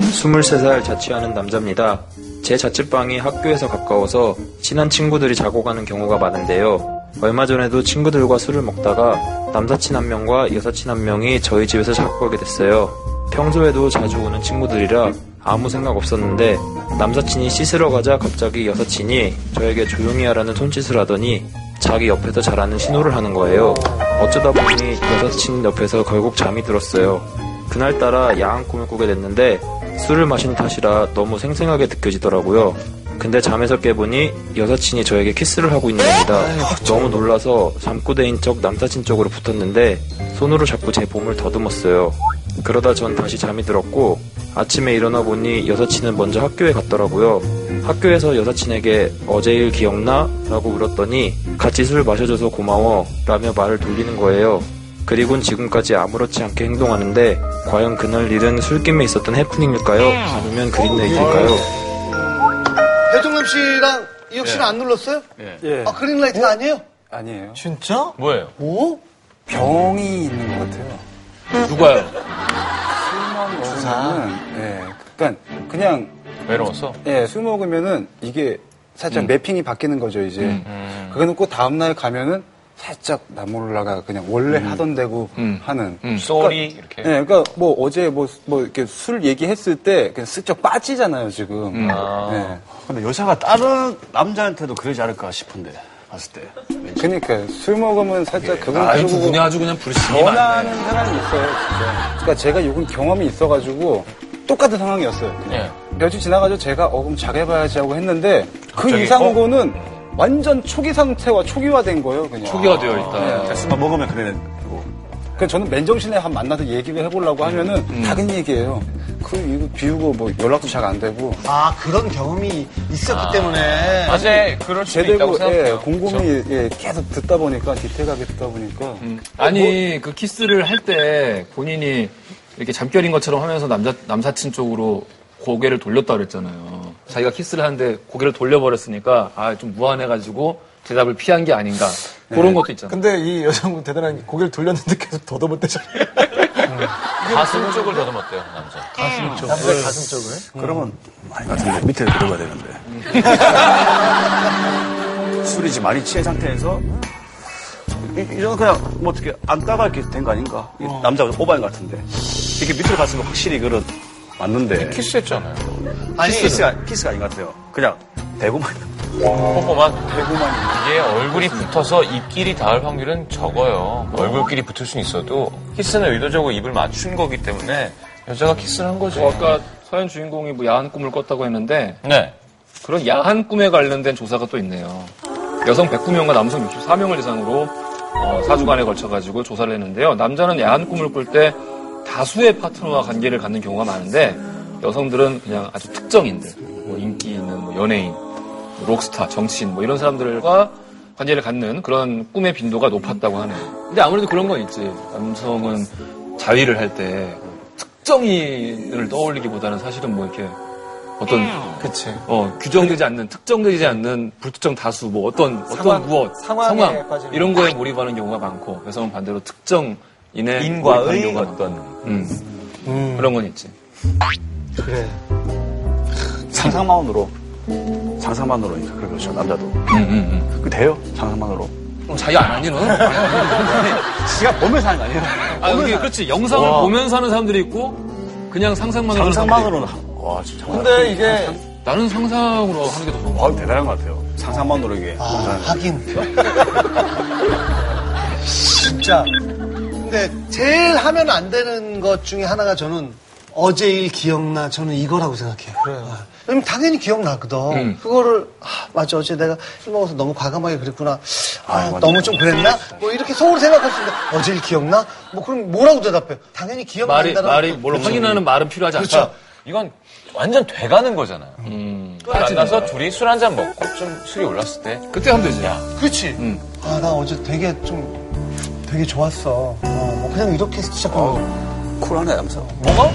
23살 자취하는 남자입니다. 제 자취방이 학교에서 가까워서 친한 친구들이 자고 가는 경우가 많은데요. 얼마 전에도 친구들과 술을 먹다가 남사친 한 명과 여사친 한 명이 저희 집에서 자고 가게 됐어요. 평소에도 자주 오는 친구들이라 아무 생각 없었는데 남사친이 씻으러 가자 갑자기 여사친이 저에게 조용히 하라는 손짓을 하더니 자기 옆에서 자라는 신호를 하는 거예요. 어쩌다 보니 여사친 옆에서 결국 잠이 들었어요. 그날따라 야한 꿈을 꾸게 됐는데 술을 마신 탓이라 너무 생생하게 느껴지더라고요. 근데 잠에서 깨보니 여사친이 저에게 키스를 하고 있는 겁니다. 너무 놀라서 잠꼬대인 척 남사친 쪽으로 붙었는데 손으로 잡고 제 몸을 더듬었어요. 그러다 전 다시 잠이 들었고 아침에 일어나 보니 여사친은 먼저 학교에 갔더라고요. 학교에서 여사친에게 어제 일 기억나? 라고 물었더니 같이 술 마셔줘서 고마워 라며 말을 돌리는 거예요. 그리곤 지금까지 아무렇지 않게 행동하는데 과연 그날 일은 술김에 있었던 해프닝일까요? 아니면 그린네 일일까요? 배종남 씨랑 이혁 씨는 안 눌렀어요? 예. 아, 그린라이트가 아니에요? 아니에요. 진짜? 뭐예요? 오? 병이 있는 것 같아요. 누가요? 술만 먹으면은, 예. 그러니까 그냥, 외로워서? 예, 술 먹으면은 이게 음. 살짝 매핑이 바뀌는 거죠, 이제. 그거 놓고 다음날 가면은 살짝 나몰라가 그냥 원래 하던 대로 하는. 음, 쏘리 이렇게. 예, 그러니까 뭐 어제 뭐, 뭐 이렇게 술 얘기했을 때 그냥 슬쩍 빠지잖아요, 지금. 음. 예. 근데 여자가 다른 남자한테도 그러지 않을까 싶은데 봤을 때. 그러니까 술 먹으면 살짝 그건 아주 뭐 그러고 그냥 아주 그냥 불신이 많네. 원하는 사람이 있어요, 진짜. 그러니까 제가 요건 경험이 있어가지고 똑같은 상황이었어요. 네. 예, 그냥. 며칠 지나가지고 제가 어 그럼 잘해봐야지 하고 했는데 그 갑자기, 이상으로는 완전 초기 상태와 초기화된 거예요, 그냥. 네. 초기화 되어 있다. 예. 술만 먹으면 그래. 뭐. 그래서 그러니까 저는 맨정신에 한 만나서 얘기를 음, 해보려고 하면은 다른 얘기예요. 그 이거 비우고 뭐 연락도 잘 안 되고 아, 그런 경험이 있었기 때문에. 맞아, 그럴 수도 있다고 제대로 예, 생각해요. 그렇죠? 곰곰이 예, 계속 듣다 보니까 디테일하게 듣다 보니까 음. 아니 뭐- 그 키스를 할 때 본인이 이렇게 잠결인 것처럼 하면서 남자 남사친 쪽으로 고개를 돌렸다 그랬잖아요. 자기가 키스를 하는데 고개를 돌려버렸으니까 아 좀 무안해가지고 대답을 피한 게 아닌가 그런 것도 있잖아요. 네. 근데 이 여성분 대단한 게 고개를 돌렸는데 계속 음. 더듬었대잖아요. 가슴 쪽을 더듬었대요, 남자. 남자의 가슴 쪽을. 그러면 아니 같은데 밑에 들어가야 되는데. 술이 지금 많이 취한 상태에서 이- 이런 그냥 뭐 어떻게 앉다가 이렇게 된 거 아닌가? 이 남자 오바인 것 같은데 이렇게 밑으로 갔으면 확실히 그런 맞는데 키스했잖아요. 아니, 키스가 키스가 아닌 것 같아요. 그냥 대구만 뽀뽀만. 이게 얼굴이 붙어서 입끼리 닿을 확률은 적어요. 얼굴끼리 붙을 순 있어도 키스는 의도적으로 입을 맞춘 거기 때문에 여자가 키스를 한 거지. 어, 아까 서현 주인공이 뭐 야한 꿈을 꿨다고 했는데 네. 그런 야한 꿈에 관련된 조사가 또 있네요. 여성 109명과 남성 64명을 대상으로 어, 4주간에 걸쳐가지고 조사를 했는데요. 남자는 야한 꿈을 꿀 때 다수의 파트너와 관계를 갖는 경우가 많은데 여성들은 그냥 아주 특정인들, 뭐 인기 있는 뭐 연예인, 뭐 록스타, 정치인 뭐 이런 사람들과 관계를 갖는 그런 꿈의 빈도가 높았다고 하네요. 근데 아무래도 그런 건 있지. 남성은 자위를 할 때 특정인을 떠올리기보다는 사실은 뭐 이렇게 어떤 그치. 어, 규정되지 않는, 특정되지 않는 불특정 다수, 뭐 어떤, 상황, 어떤 무엇, 상황에 상황, 빠지는 이런 거에 몰입하는 경우가 많고, 여성은 반대로 특정인의 몰입하는 인과의 경우가 많고. 어떤 음, 음. 그런 건 있지. 그래. 상상만으로 상상만으로 이제 그렇죠 남자도 음, 음, 그 돼요 상상만으로 음. 자기 안 하니, 너는? 지가 몸에 사는 거 아니에요? 아, 여기, 그렇지. 영상을 보면서 하는 사람들이 있고, 그냥 상상만으로. 하는 사람들이 상상만으로는 하- 와 진짜 근데 이게 있고. 나는 상상으로 하는 게 더 좋은 것 같아. 와 대단한 것 같아요 상상만으로 이게 아, 하긴. 진짜. 근데 제일 하면 안 되는 것 중에 하나가 저는 어제 일 기억나 저는 이거라고 생각해요. 아, 왜냐면 당연히 기억나거든. 음. 그거를 아, 맞아 어제 내가 술 먹어서 너무 과감하게 그랬구나. 아, 너무 좀 그랬나? 뭐 이렇게 속으로 생각할 수 있는데 어제 일 기억나? 뭐 그럼 뭐라고 대답해요? 말이, 당연히 아, 기억난다는 말이, 뭘 그렇죠. 확인하는 말은 필요하지 않다. 그렇죠. 이건 완전 돼가는 거잖아요. 음. 음. 만나서 둘이 술 한 잔 먹고 좀 술이 올랐을 때 그때 하면 되지. 그렇지. 음. 아, 나 어제 되게 좀 되게 좋았어. 어, 뭐 그냥 이렇게 어. 시작하면 쿨하네 하면서 뭐가?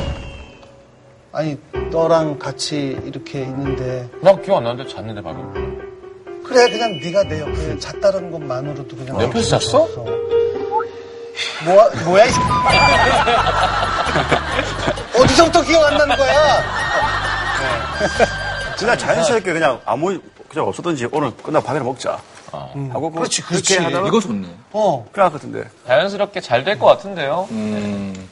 아니 너랑 같이 이렇게 있는데 나 기억 안 나는데 잤는데 바로. 그래 그냥 네가 내 옆에 잤다는 것만으로도 그냥 내 옆에서 잤어? 뭐야 뭐야 이 새끼. 어디서부터 기억 안 나는 거야 거야. 그냥 자연스럽게 그냥 아무 그냥 없었던지 오늘 끝나고 밥이나 먹자. 하고 그 그렇지, 그렇게 그렇지. 하다가 이거 좋네. 어. 그럴 것 같은데. 자연스럽게 잘 될 것 같은데요. 음.